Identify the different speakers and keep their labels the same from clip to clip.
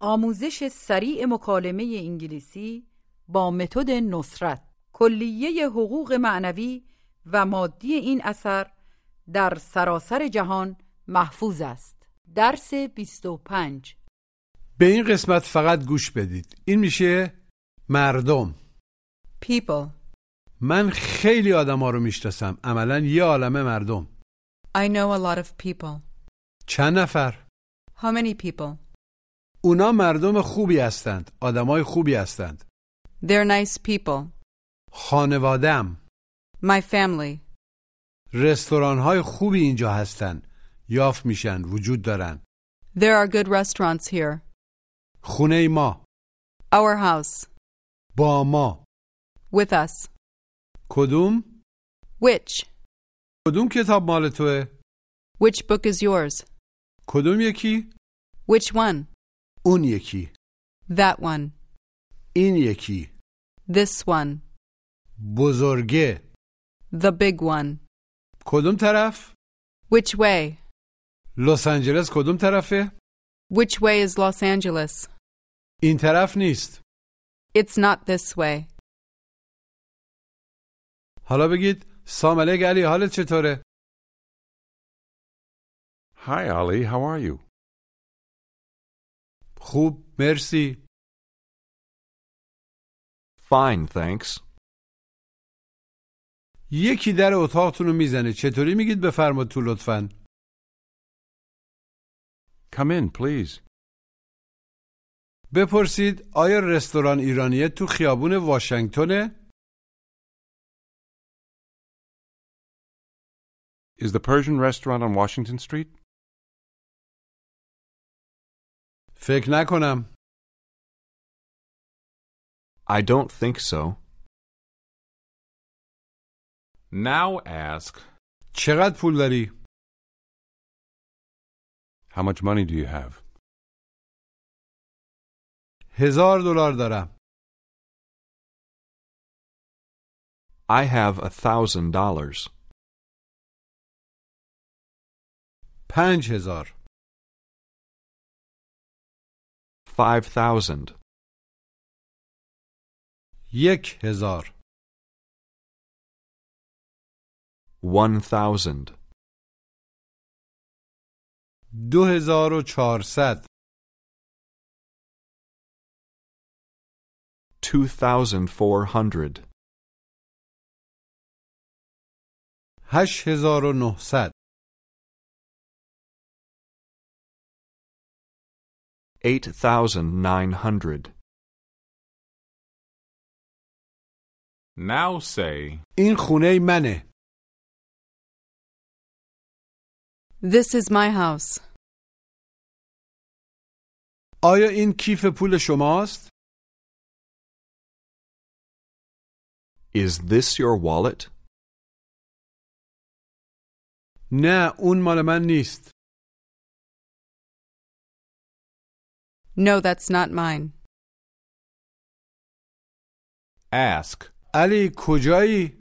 Speaker 1: آموزش سریع مکالمه انگلیسی با متد نصرت کلیه حقوق معنوی و مادی این اثر در سراسر جهان محفوظ است درس 25
Speaker 2: به این قسمت فقط گوش بدید این میشه مردم
Speaker 1: People
Speaker 2: من خیلی آدم ها رو میشناسم عملا یه عالمه مردم
Speaker 1: I know a lot of people
Speaker 2: چند نفر
Speaker 1: How many people?
Speaker 2: اونا مردم خوبی هستند آدمای خوبی هستند
Speaker 1: They're nice people
Speaker 2: خانوادم
Speaker 1: My family
Speaker 2: رستوران های خوبی اینجا هستند یافت میشن وجود دارن
Speaker 1: There are good restaurants here
Speaker 2: خونه ما
Speaker 1: Our house
Speaker 2: با ما
Speaker 1: With us
Speaker 2: کدوم
Speaker 1: Which?
Speaker 2: کدوم کتاب مال توه
Speaker 1: Which book is yours?
Speaker 2: کدوم یکی
Speaker 1: Which one?
Speaker 2: اون یکی
Speaker 1: That one
Speaker 2: این یکی
Speaker 1: This one
Speaker 2: بزرگه
Speaker 1: The big one
Speaker 2: کدوم طرف
Speaker 1: Which way?
Speaker 2: لس آنجلس کدوم طرفه
Speaker 1: Which way is Los Angeles?
Speaker 2: این طرف نیست
Speaker 1: It's not this way.
Speaker 2: حالا بگید سلام علیک علی حالت چطوره؟
Speaker 3: Hi, Ali. How are you?
Speaker 2: خوب مرسی
Speaker 3: Fine, thanks.
Speaker 2: یکی در اتاقتون رو میزنه چطوری میگید بفرماد تو لطفا
Speaker 3: Come in, please.
Speaker 2: بپرسید آیا رستوران ایرانیه تو خیابون واشنگتنه؟
Speaker 3: Is the Persian restaurant on Washington Street?
Speaker 2: فکر نکنم
Speaker 4: I don't think so. Now ask.
Speaker 2: چقدر پول داری؟
Speaker 3: How much money do you have?
Speaker 2: هزار دلار دارم
Speaker 4: I have a thousand dollars.
Speaker 2: پنج هزار
Speaker 4: Five thousand.
Speaker 2: یک هزار
Speaker 4: One thousand.
Speaker 2: دو هزار و چهارصد
Speaker 4: Two thousand four hundred.
Speaker 2: هشت هزار و نهصد
Speaker 4: Eight thousand nine hundred. Now say.
Speaker 2: این خونه منه
Speaker 1: This is my house.
Speaker 2: آیا این کیف پول شماست؟
Speaker 4: Is this your wallet?
Speaker 2: نه اون مال من نیست
Speaker 1: No, that's not mine.
Speaker 4: Ask.
Speaker 2: علی کجایی؟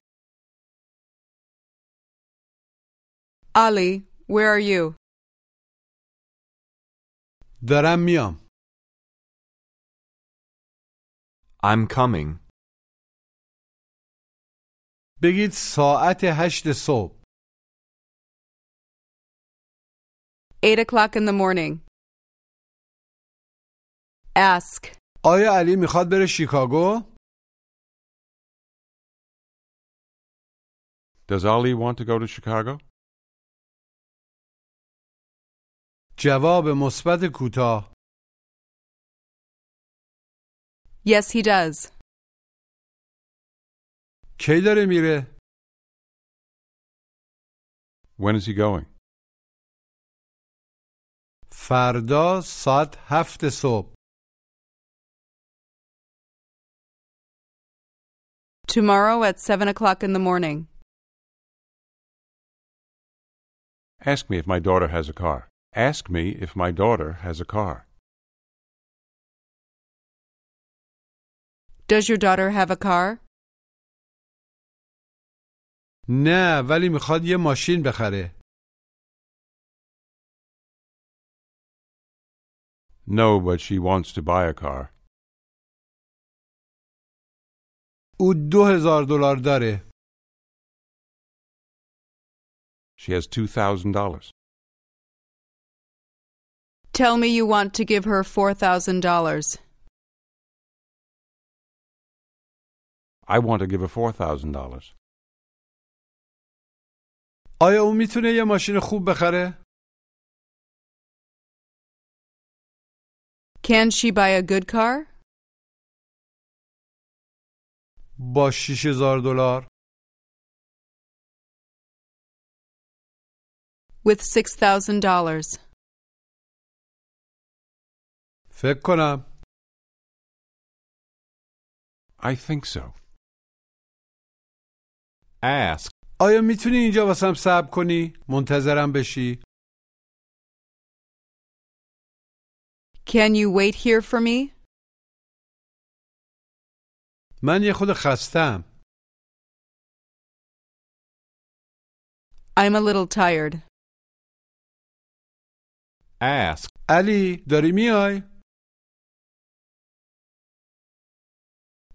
Speaker 1: Ali, where are you?
Speaker 2: دارم میام
Speaker 4: I'm coming.
Speaker 2: بگید ساعت هشت صبح
Speaker 1: Eight o'clock in the morning. Ask.
Speaker 2: آیا علی میخواد بره شیکاگو؟
Speaker 3: Does Ali want to go to Chicago?
Speaker 2: جواب مثبت کوتاه
Speaker 1: Yes, he does.
Speaker 2: کی داره میره؟
Speaker 3: When is he going?
Speaker 2: فردا ساعت هفت صبح
Speaker 1: Tomorrow at 7 o'clock in the morning.
Speaker 5: Ask me if my daughter has a car. Ask me if my daughter has a car.
Speaker 1: Does your daughter have a car?
Speaker 2: نه ولی میخواد یه ماشین بخره
Speaker 5: No, but she wants to buy a car.
Speaker 2: او دو هزار دلار داره
Speaker 5: She has $2,000.
Speaker 1: Tell me you want to give her $4,000.
Speaker 5: I want to give her $4,000.
Speaker 2: آیا او میتونه یه ماشین خوب بخره؟
Speaker 1: Can she buy a good car?
Speaker 2: با شیش هزار دلار
Speaker 1: With $6,000.
Speaker 2: فکر کنم
Speaker 5: I think so.
Speaker 4: Ask.
Speaker 2: آیا میتونی اینجا واسم صبر کنی؟ منتظرم بشی؟
Speaker 1: Can you wait here for me?
Speaker 2: من یه خود خستم
Speaker 1: I'm a little tired.
Speaker 4: Ask.
Speaker 2: علی داری میای؟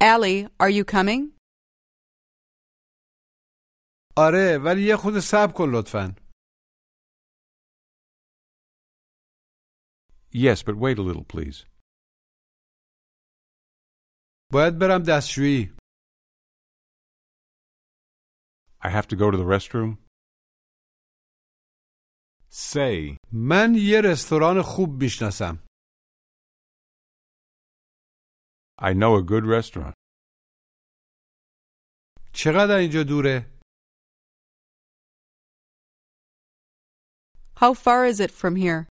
Speaker 1: Allie, are you coming?
Speaker 2: آره ولی یه خود صبر کن لطفا
Speaker 5: Yes, but wait a little, please.
Speaker 2: باید برم دستشویی
Speaker 5: I have to go to the restroom.
Speaker 4: Say.
Speaker 2: من یه رستوران خوب میشناسم
Speaker 5: I know a good restaurant.
Speaker 2: چقدر اینجا دوره؟
Speaker 1: How far is it from here?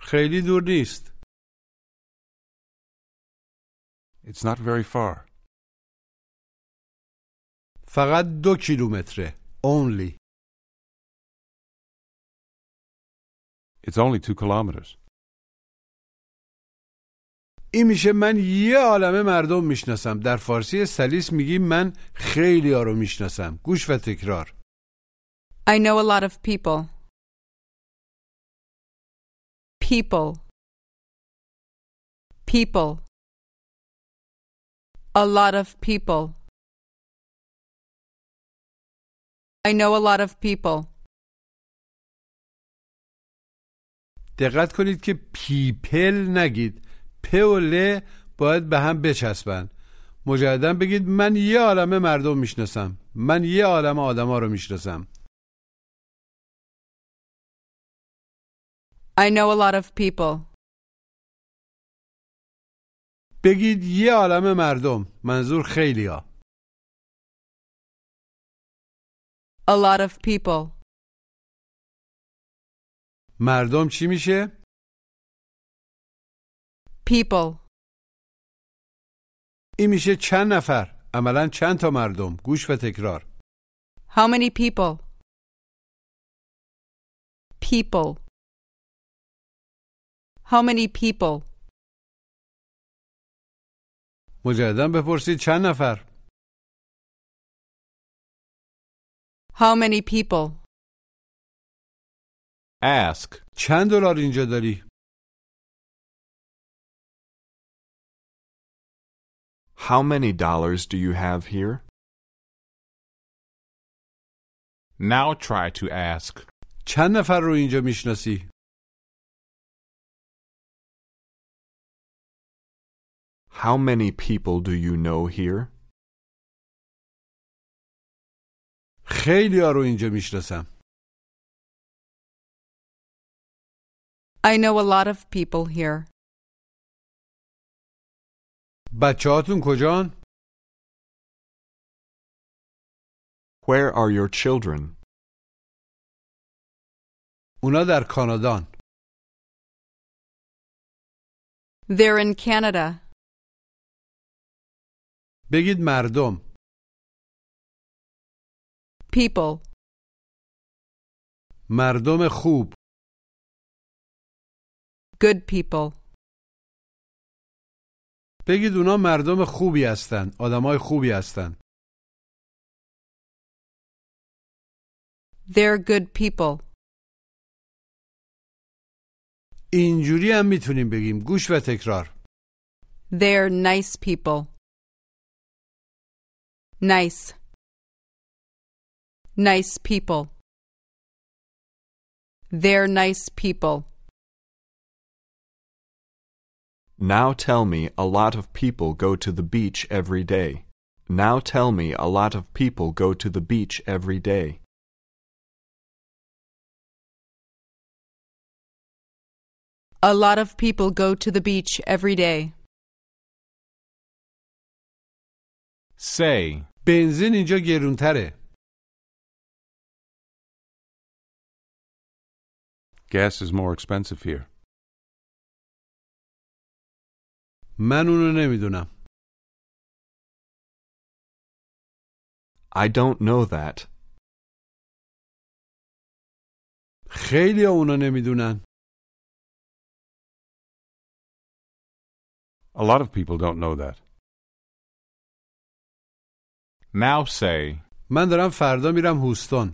Speaker 2: خیلی دور نیست
Speaker 5: It's not very far.
Speaker 2: فقط دو کیلومتره Only
Speaker 5: It's only two kilometers.
Speaker 2: این میشه من یه عالمه مردم میشناسم در فارسی سلیس میگیم من خیلی ها رو میشناسم گوش و تکرار
Speaker 1: I know a lot of people. People. People. A lot of people. I know a lot of people.
Speaker 2: دقت کنید که پیپل نگید پ و ل باید به هم بچسبن مجددا بگید من یه عالمه مردم میشناسم من یه عالمه آدما رو میشناسم
Speaker 1: I know a lot of people.
Speaker 2: بگید یه عالم مردم منظور خیلی ها
Speaker 1: A lot of people.
Speaker 2: مردم چی میشه؟
Speaker 1: People.
Speaker 2: این میشه چند نفر عملا چند تا مردم گوش و تکرار
Speaker 1: How many people? People. How many people?
Speaker 2: مجددا بپرسید چند نفر
Speaker 1: How many people?
Speaker 4: Ask.
Speaker 2: چند دلار اینجا داری
Speaker 4: How many dollars do you have here? Now try to ask.
Speaker 2: چند نفر رو اینجا میشناسی
Speaker 4: How many people do you know here?
Speaker 2: خیلی ها رو اینجا میشناسم
Speaker 1: I know a lot of people here.
Speaker 2: بچه هاتون کجان
Speaker 4: Where are your children?
Speaker 2: اونا در کانادان
Speaker 1: They're in Canada.
Speaker 2: بگید مردم
Speaker 1: People.
Speaker 2: مردم خوب
Speaker 1: Good people.
Speaker 2: بگید اونا مردم خوبی هستن آدمای خوبی هستن
Speaker 1: They're good people.
Speaker 2: اینجوری هم میتونیم بگیم گوش و تکرار
Speaker 1: They're nice people. Nice. Nice people. They're nice people.
Speaker 4: Now tell me a lot of people go to the beach every day. Now tell me a lot of people go to the beach every day.
Speaker 1: A lot of people go to the beach every day.
Speaker 6: Say.
Speaker 2: بنزین اینجا گرونتره
Speaker 5: Gas is more expensive here.
Speaker 2: من اونو نمیدونم
Speaker 4: I don't know that.
Speaker 2: خیلی اونو نمیدونن
Speaker 5: A lot of people don't know that.
Speaker 6: Now say.
Speaker 2: من دارم فردا میرم هوستون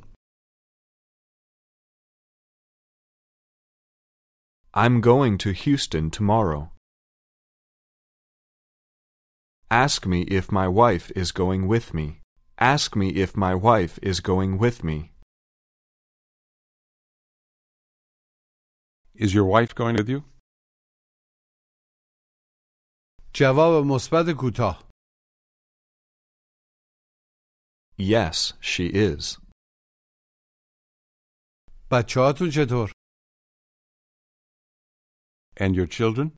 Speaker 4: I'm going to Houston tomorrow. Ask me if my wife is going with me. Ask me if my wife is going with me.
Speaker 5: Is your wife going with you?
Speaker 2: جواب مثبت کوتاه
Speaker 4: Yes, she is.
Speaker 2: بچه هاتون چطور؟
Speaker 5: And your children?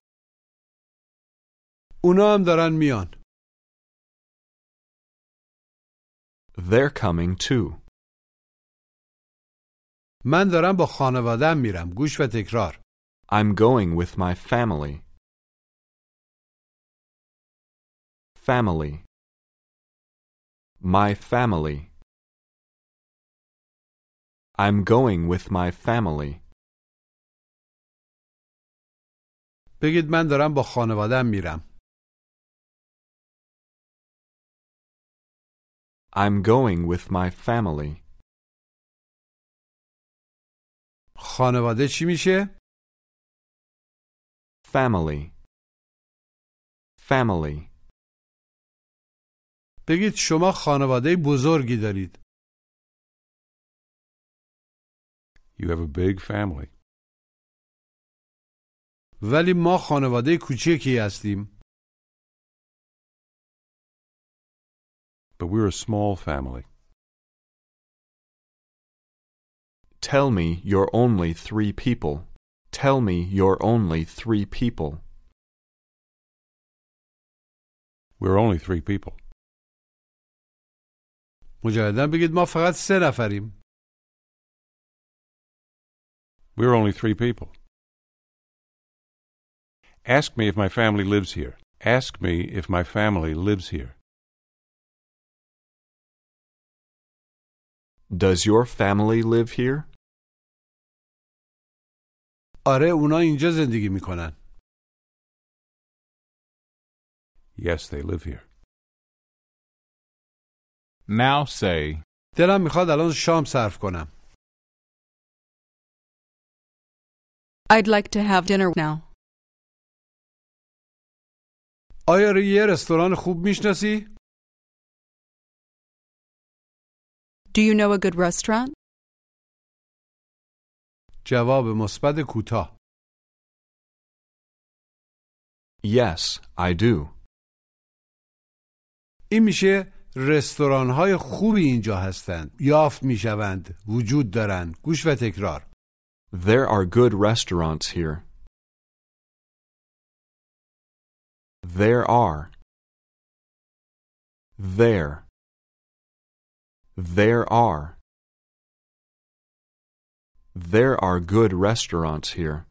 Speaker 2: اونا هم دارن میان
Speaker 4: They're coming too.
Speaker 2: من دارم با خانوادم میرم گوش و تکرار
Speaker 4: I'm going with my family. Family. My family. I'm going with my family.
Speaker 2: بگید من دارم با خانوادم میرم
Speaker 4: I'm going with my family.
Speaker 2: خانواده چی میشه؟
Speaker 4: Family. Family.
Speaker 2: بگید شما خانواده بزرگی دارید
Speaker 5: You have a big family.
Speaker 2: ولی ما خانواده کوچکی هستیم
Speaker 5: But we're a small family.
Speaker 4: Tell me you're only three people. Tell me you're only three people.
Speaker 5: We're only three people.
Speaker 2: مجددا بگید ما فقط سه نفریم
Speaker 5: We're only three people. Ask me if my family lives here. Ask me if my family lives here.
Speaker 4: Does your family live here?
Speaker 2: آره اونا اینجا زندگی میکنن
Speaker 5: Yes, they live here.
Speaker 6: Now say.
Speaker 2: دلم میخواد الان شام صرف کنم
Speaker 1: I'd like to have dinner now.
Speaker 2: آیا رو یه رستوران خوب میشناسی؟
Speaker 1: Do you know a good restaurant?
Speaker 2: جواب مثبت کوتاه
Speaker 4: Yes, I do.
Speaker 2: این میشه رستوران های خوبی اینجا هستند یافت میشوند وجود دارند گوش و تکرار
Speaker 4: There are good restaurants here. There are. There. There are. There are good restaurants here.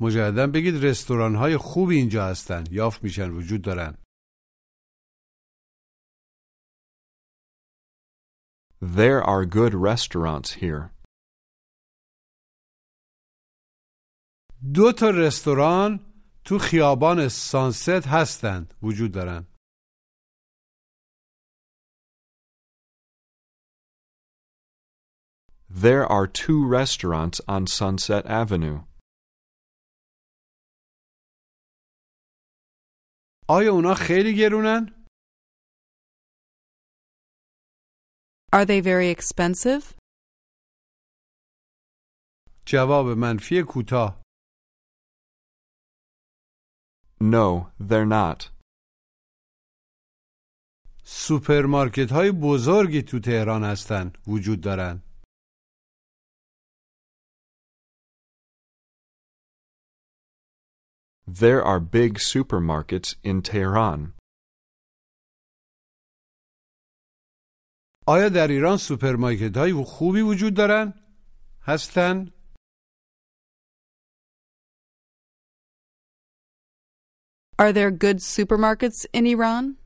Speaker 2: مجددا بگید رستوران های خوبی اینجا هستن یافت میشن وجود دارن
Speaker 4: There are good restaurants here.
Speaker 2: دو تا رستوران تو خیابان سانست هستند وجود دارن
Speaker 4: There are two restaurants on Sunset Avenue.
Speaker 2: آیا اونا خیلی گرونن؟
Speaker 1: Are they very expensive?
Speaker 2: جواب منفی کوتاه
Speaker 4: No, they're not.
Speaker 2: سوپرمارکت های بزرگی تو تهران هستند وجود دارن
Speaker 4: There are big supermarkets in Tehran.
Speaker 2: آیا در ایران سوپرمارکت های خوبی وجود دارن؟ هستن؟
Speaker 1: Are there good supermarkets in Iran?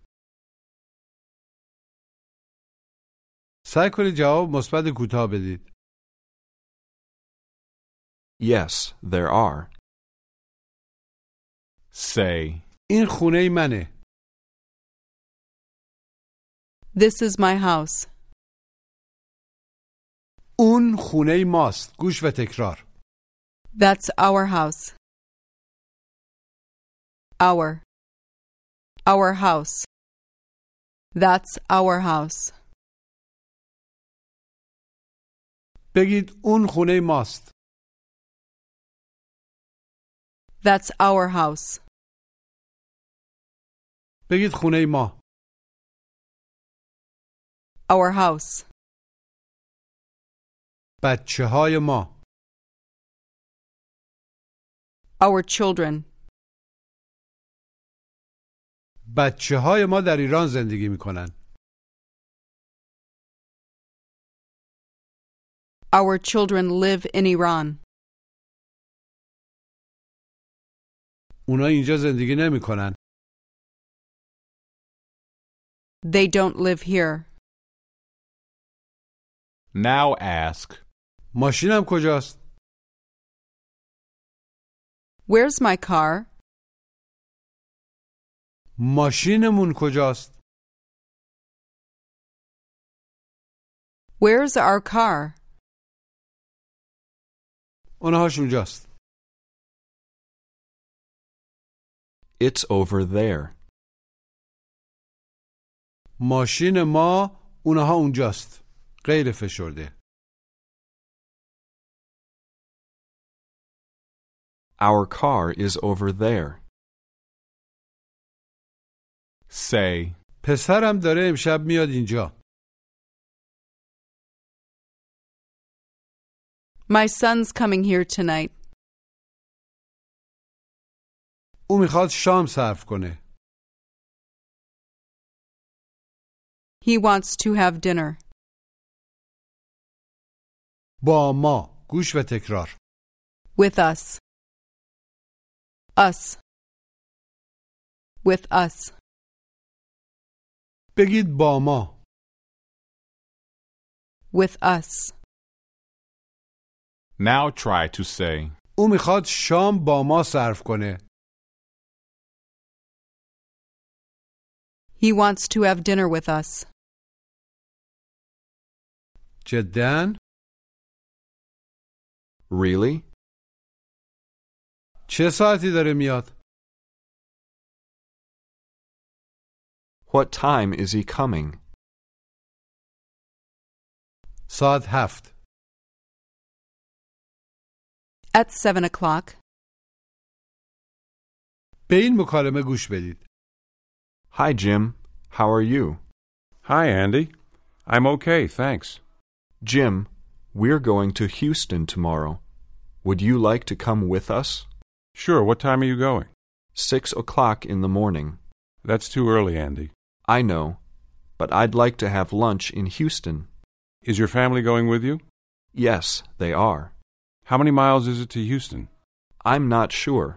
Speaker 2: سعی کنید جواب مثبت کوتاه بدید
Speaker 4: Yes, there are.
Speaker 6: say,
Speaker 2: این خونه منه
Speaker 1: This is my house.
Speaker 2: اون خونه ماست گوش و تکرار
Speaker 1: That's our house. Our. Our house. That's our house.
Speaker 2: بگید اون خونه ماست
Speaker 1: That's our house.
Speaker 2: بگید خونه ما
Speaker 1: Our house.
Speaker 2: بچه های ما
Speaker 1: Our children.
Speaker 2: بچه های ما در ایران زندگی میکنن
Speaker 1: Our children live in Iran.
Speaker 2: اونا اینجا زندگی نمیکنن
Speaker 1: They don't live here.
Speaker 6: now ask,
Speaker 2: ماشینم کجاست
Speaker 1: Where's my car?
Speaker 2: ماشینمون کجاست
Speaker 1: Where's our car?
Speaker 2: اونهاش اونجاست
Speaker 4: It's over there.
Speaker 2: ماشین ما اونها اونجاست غیر فشرده
Speaker 4: Our car is over there.
Speaker 6: say,
Speaker 2: پسرم داره امشب میاد اینجا
Speaker 1: My son's coming here tonight.
Speaker 2: او میخواد شام صرف کنه
Speaker 1: He wants to have dinner.
Speaker 2: با ما گوش و تکرار
Speaker 1: With us. Us. With us.
Speaker 2: بگید با ما
Speaker 1: With us.
Speaker 6: now try to say,
Speaker 2: او میخواد شام با ما صرف کنه
Speaker 1: He wants to have dinner with us.
Speaker 2: جدا
Speaker 4: Really?
Speaker 2: چه ساعتی داره میاد
Speaker 4: What time is he coming?
Speaker 2: ساعت هفت
Speaker 1: At seven o'clock.
Speaker 2: به این مکالمه گوش بدید
Speaker 4: Hi, Jim. How are you?
Speaker 5: Hi, Andy. I'm okay, thanks.
Speaker 4: Jim, we're going to Houston tomorrow. Would you like to come with us?
Speaker 5: Sure, what time are you going?
Speaker 4: Six o'clock in the morning.
Speaker 5: That's too early, Andy.
Speaker 4: I know, but I'd like to have lunch in Houston.
Speaker 5: Is your family going with you?
Speaker 4: Yes, they are.
Speaker 5: How many miles is it to Houston?
Speaker 4: I'm not sure.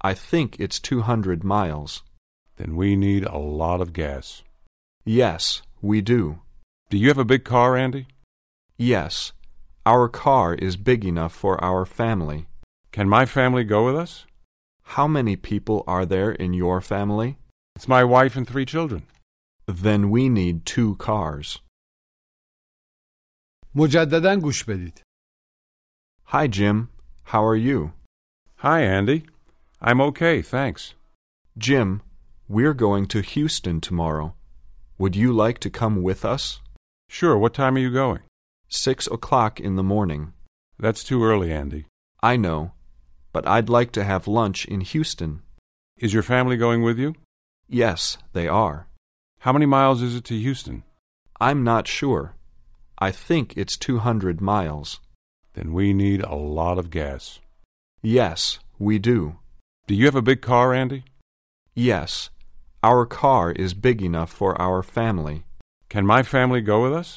Speaker 4: I think it's 200 miles.
Speaker 5: Then we need a lot of gas.
Speaker 4: Yes, we do.
Speaker 5: Do you have a big car, Andy?
Speaker 4: Yes, our car is big enough for our family.
Speaker 5: Can my family go with us?
Speaker 4: How many people are there in your family?
Speaker 5: It's my wife and three children.
Speaker 4: Then we need two cars.
Speaker 2: مجددا گوش بدید
Speaker 4: Hi, Jim. How are you?
Speaker 5: Hi, Andy. I'm okay, thanks.
Speaker 4: Jim, we're going to Houston tomorrow. Would you like to come with us?
Speaker 5: Sure, what time are you going?
Speaker 4: Six o'clock in the morning.
Speaker 5: That's too early, Andy.
Speaker 4: I know, but I'd like to have lunch in Houston.
Speaker 5: Is your family going with you?
Speaker 4: Yes, they are.
Speaker 5: How many miles is it to Houston?
Speaker 4: I'm not sure. I think it's 200 miles.
Speaker 5: Then we need a lot of gas.
Speaker 4: Yes, we do.
Speaker 5: Do you have a big car, Andy?
Speaker 4: Yes, our car is big enough for our family.
Speaker 5: Can my family go with us?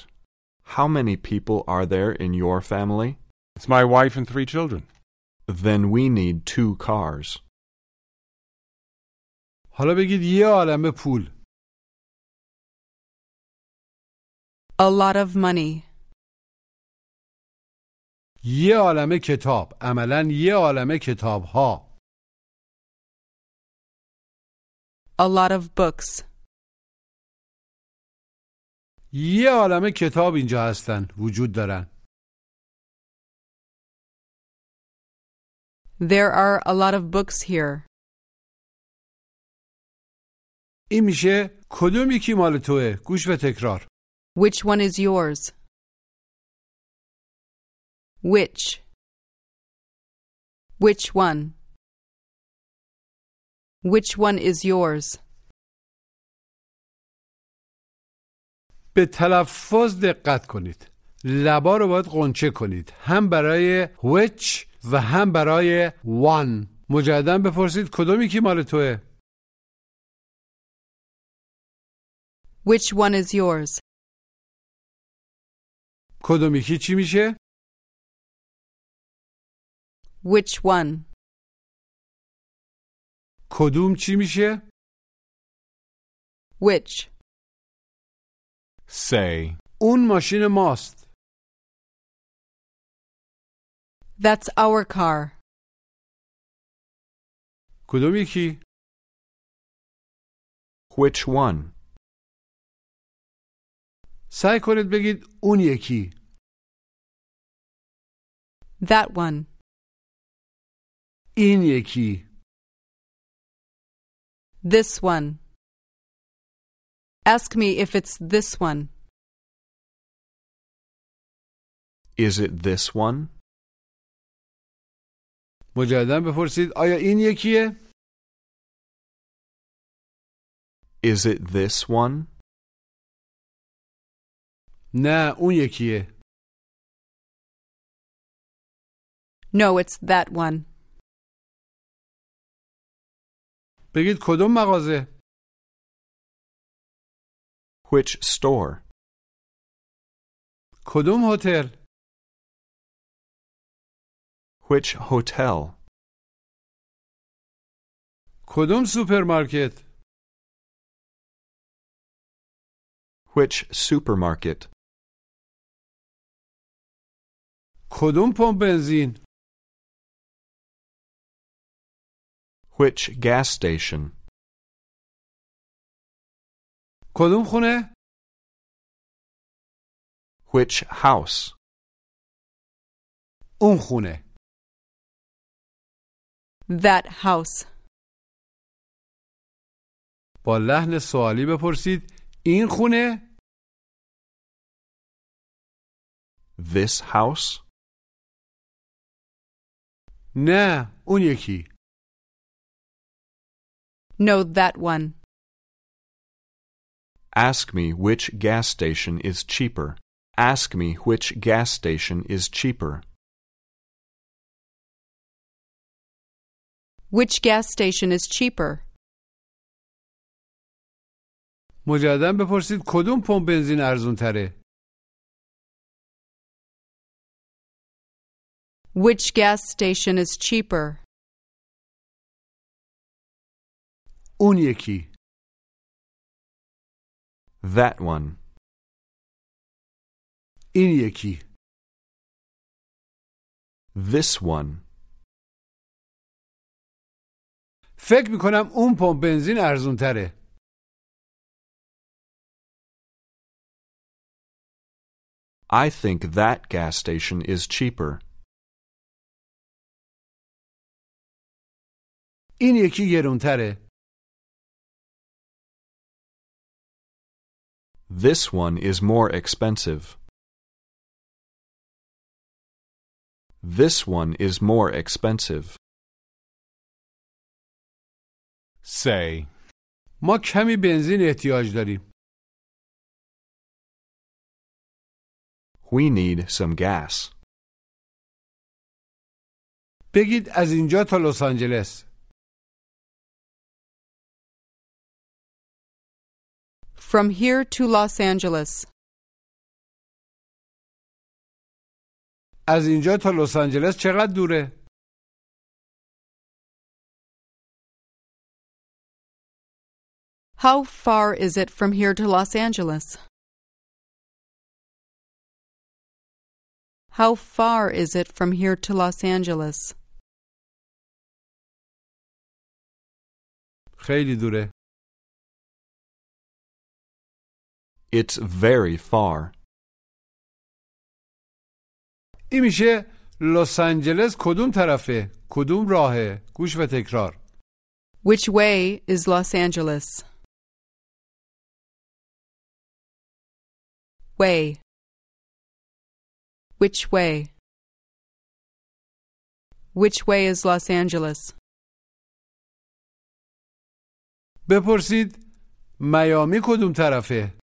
Speaker 4: How many people are there in your family?
Speaker 5: It's my wife and three children.
Speaker 4: Then we need two cars.
Speaker 2: حالا بگید یه عالم پول
Speaker 1: A lot of money.
Speaker 2: یه عالم کتاب عملا یه عالم کتاب ها
Speaker 1: A lot of books.
Speaker 2: یه عالم کتاب اینجا هستن وجود دارن
Speaker 1: There are a lot of books here.
Speaker 2: این میشه کدوم یکی مال توه گوش و تکرار
Speaker 1: Which one is yours? Which? Which one? Which one is yours?
Speaker 2: به تلفظ دقت کنید لبا رو باید قنچه کنید هم برای which و هم برای one مجددا بپرسید کدوم یکی مال توه
Speaker 1: Which one is yours?
Speaker 2: کدوم یکی چی میشه
Speaker 1: Which one?
Speaker 2: کدوم چی میشه
Speaker 1: Which?
Speaker 6: say,
Speaker 2: اون ماشین ماست
Speaker 1: That's our car.
Speaker 2: کدوم یکی
Speaker 4: Which one?
Speaker 2: سعی کنید بگید اون یکی
Speaker 1: That one.
Speaker 2: این یکی
Speaker 1: This one. Ask me if it's this one.
Speaker 4: Is it this one?
Speaker 2: مجددا بپرسید آیا این یکیه
Speaker 4: Is it this one?
Speaker 2: نه اون یکیه
Speaker 1: No, it's that one.
Speaker 2: بگید کدوم مغازه
Speaker 4: Which store?
Speaker 2: کدوم هتل
Speaker 4: Which hotel?
Speaker 2: کدوم سوپرمارکت
Speaker 4: Which supermarket?
Speaker 2: کدوم پمپ بنزین
Speaker 4: Which gas station?
Speaker 2: کدوم خونه
Speaker 4: Which house?
Speaker 2: اون خونه
Speaker 1: That house.
Speaker 2: با لحن سوالی بپرسید این خونه
Speaker 4: This house?
Speaker 2: نه اون یکی
Speaker 1: No, that one.
Speaker 4: Ask me which gas station is cheaper. Ask me which gas station is cheaper.
Speaker 1: Which gas station is cheaper?
Speaker 2: مجددا بپرسید کدوم پمپ بنزین ارزون تره
Speaker 1: Which gas station is cheaper?
Speaker 2: اون یکی
Speaker 4: That one.
Speaker 2: این یکی
Speaker 4: This one.
Speaker 2: فکر میکنم اون پمپ بنزین ارزون تره
Speaker 4: I think that gas station is cheaper.
Speaker 2: این یکی گرون تره
Speaker 4: This one is more expensive. This one is more expensive.
Speaker 6: say,
Speaker 2: ما کمی بنزین احتیاج داریم
Speaker 4: We need some gas.
Speaker 2: بگید از اینجا تا لس آنجلس
Speaker 1: From here to Los Angeles.
Speaker 2: از اینجا تا لس آنجلس چقدر دوره
Speaker 1: How far is it from here to Los Angeles? How far is it from here to Los Angeles?
Speaker 2: خیلی دوره
Speaker 4: It's very far.
Speaker 2: این میشه لس آنجلس کدوم طرفه کدوم راهه گوش و تکرار
Speaker 1: Which way is Los Angeles? Way. Which way? Which way is Los Angeles?
Speaker 2: بپرسید میامی کدوم طرفه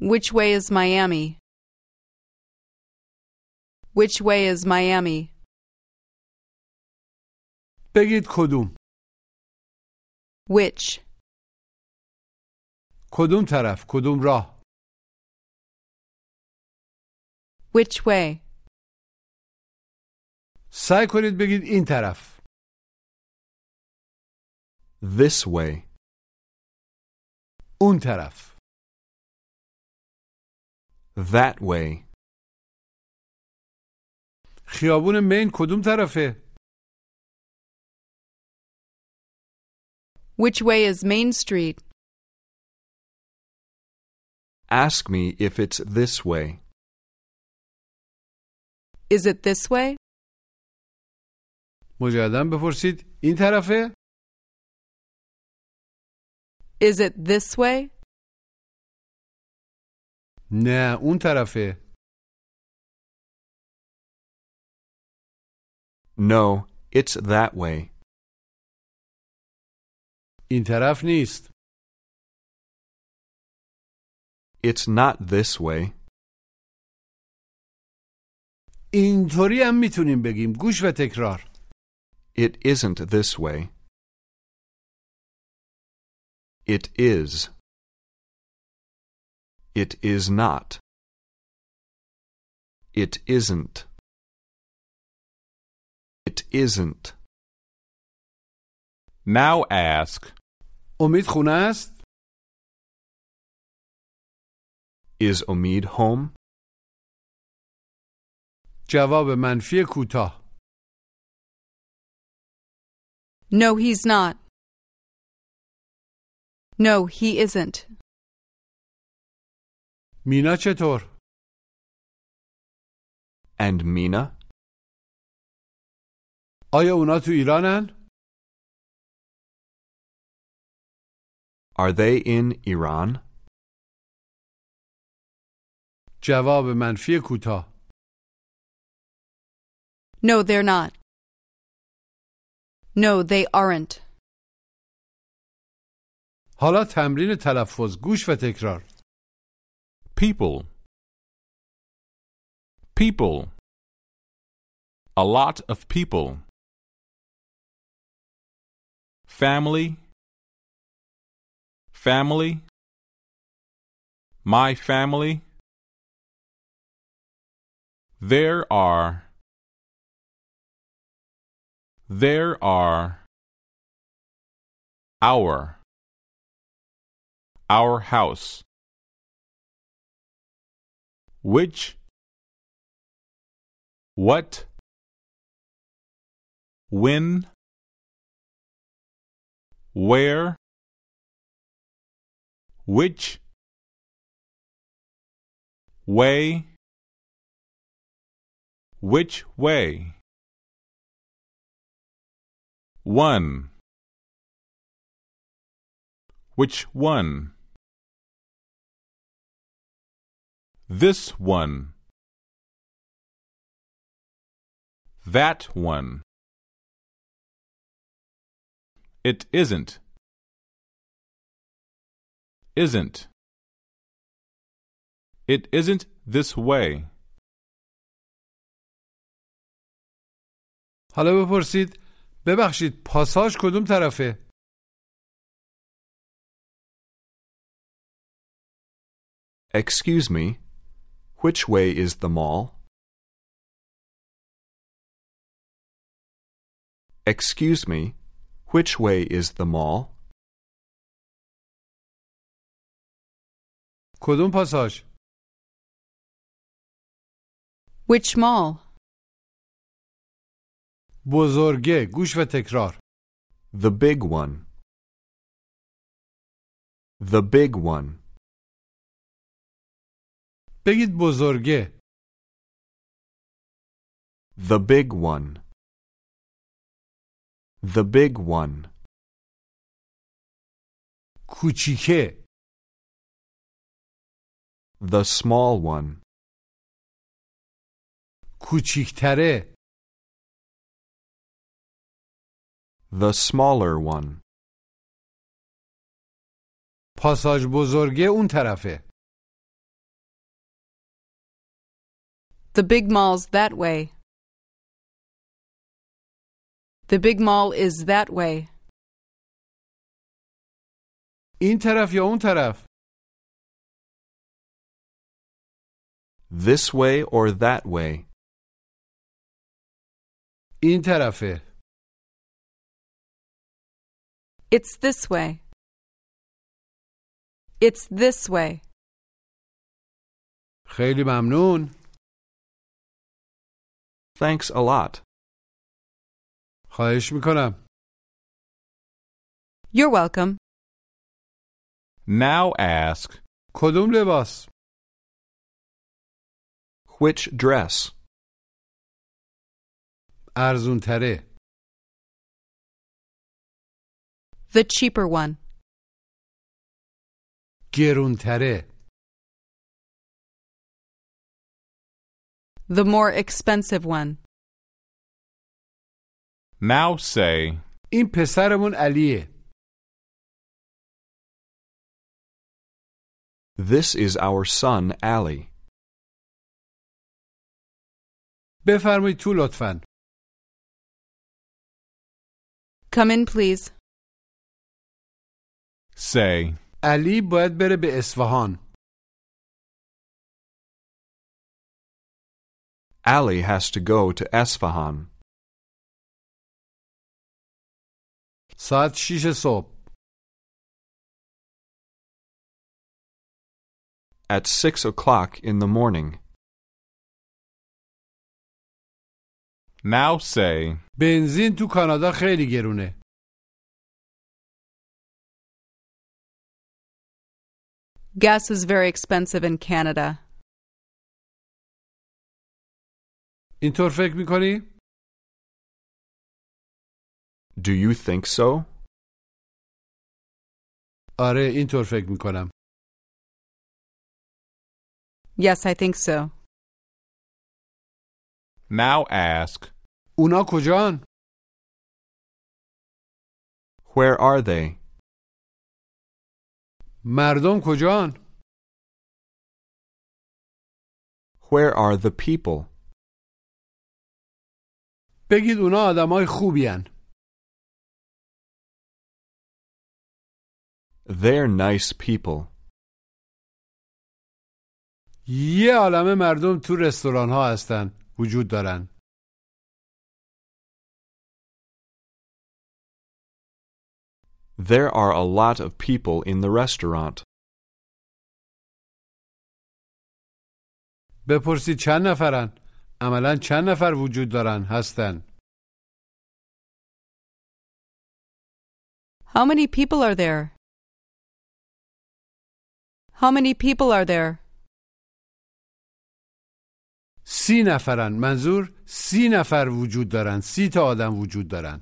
Speaker 1: Which way is Miami? Which way is Miami?
Speaker 2: بگید کدوم
Speaker 1: Which?
Speaker 2: کدوم طرف کدوم راه
Speaker 1: Which way?
Speaker 2: سعی کنید بگید این طرف
Speaker 4: This way.
Speaker 2: اون طرف
Speaker 4: That way.
Speaker 2: خیابون مین کدوم طرفه
Speaker 1: Which way is Main Street?
Speaker 4: Ask me if it's this way.
Speaker 1: Is it this way?
Speaker 2: مجددا بپرسید این طرفه
Speaker 1: Is it this way?
Speaker 2: نه اون طرفه
Speaker 4: No, it's that way.
Speaker 2: این طرف نیست
Speaker 4: It's not this way.
Speaker 2: اینطوری هم میتونیم بگیم گوش و تکرار
Speaker 4: It isn't this way. It is. It is not. It isn't. It isn't.
Speaker 6: now ask,
Speaker 2: امید خونه است
Speaker 4: Is Omid home?
Speaker 2: جواب منفی کوتاه
Speaker 1: No, he's not. No, he isn't.
Speaker 2: مینا چطور
Speaker 4: And Mina?
Speaker 2: آیا اونا تو ایرانن
Speaker 4: Are they in Iran?
Speaker 2: جواب منفی کوتاه
Speaker 1: No, they're not. No, they aren't.
Speaker 2: حالا تمرین تلفظ گوش و تکرار
Speaker 6: people, people, a lot of people, family, family, my family, There are. There are. Our. Our house. Which. What. When. Where. Which. Way. Which way? One. Which one? This one. That one. It isn't. Isn't. It isn't this way.
Speaker 2: حالا بپرسید ببخشید پاساژ کدوم طرفه؟
Speaker 4: Excuse me, which way is the mall? Excuse me, which way is the mall?
Speaker 2: کدوم پاساژ؟
Speaker 1: Which mall?
Speaker 2: بزرگه گوش و تکرار
Speaker 4: The big one. The big one.
Speaker 2: بگید بزرگه
Speaker 4: The big one. The big one.
Speaker 2: کوچیکه
Speaker 4: The small one.
Speaker 2: کوچیکتره
Speaker 4: The smaller one.
Speaker 2: پاساژ بزرگه اون طرفه
Speaker 1: The big mall's that way. The big mall is that way.
Speaker 2: این طرف یا اون طرف
Speaker 4: This way or that way.
Speaker 2: این طرفه
Speaker 1: It's this way. It's this way.
Speaker 2: خیلی ممنون
Speaker 4: Thanks a lot.
Speaker 2: خواهش میکنم
Speaker 1: You're welcome.
Speaker 6: Now ask.
Speaker 2: کدوم لباس؟
Speaker 4: Which dress?
Speaker 2: ارزون تره
Speaker 1: The cheaper one.
Speaker 2: گرون تره
Speaker 1: The more expensive one.
Speaker 6: Now say.
Speaker 2: این پسرمون علیه
Speaker 4: This is our son, Ali.
Speaker 2: بفرمایید تو لطفاً
Speaker 1: Come in, please.
Speaker 6: Say.
Speaker 2: علی باید بره به اصفهان
Speaker 4: Ali has to go to Esfahan.
Speaker 2: ساعت 6 صبح
Speaker 4: at six o'clock in the morning.
Speaker 6: Now say.
Speaker 2: بنزین تو کانادا خیلی گرونه
Speaker 1: Gas is very expensive in Canada.
Speaker 2: اینطور فکر میکنی؟
Speaker 4: Do you think so?
Speaker 2: آره اینطور فکر میکنم
Speaker 1: Yes, I think so.
Speaker 6: Now ask.
Speaker 2: اونا کجان؟
Speaker 4: Where are they?
Speaker 2: مردم کجان؟
Speaker 4: Where are the people?
Speaker 2: بگید اونا آدمای خوبیان
Speaker 4: They're nice people.
Speaker 2: یه عالمه مردم تو رستوران ها هستن وجود دارند.
Speaker 4: There are a lot of people in the restaurant.
Speaker 2: بپرسید چند نفرن؟ عملا چند نفر وجود دارن هستن؟
Speaker 1: How many people are there? How many people are there?
Speaker 2: سی نفرن منظور سی نفر وجود دارن سی تا آدم وجود دارن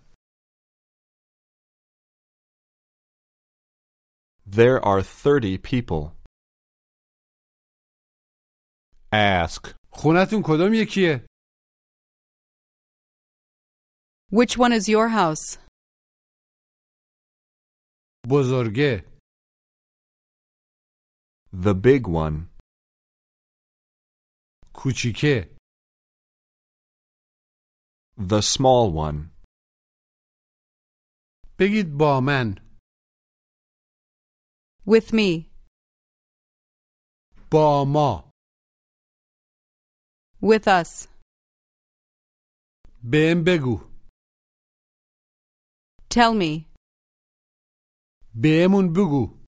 Speaker 4: There are 30 people.
Speaker 6: ask,
Speaker 2: خونتون کدوم یکیه؟
Speaker 1: Which one is your house?
Speaker 2: بزرگه
Speaker 4: The big one.
Speaker 2: کوچیکه
Speaker 4: The small one.
Speaker 2: بگید با من
Speaker 1: With me.
Speaker 2: با ما
Speaker 1: With us.
Speaker 2: بهم بگو
Speaker 1: Tell me.
Speaker 2: بهمون بگو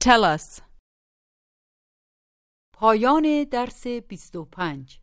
Speaker 1: Tell us.
Speaker 7: پایان درس 25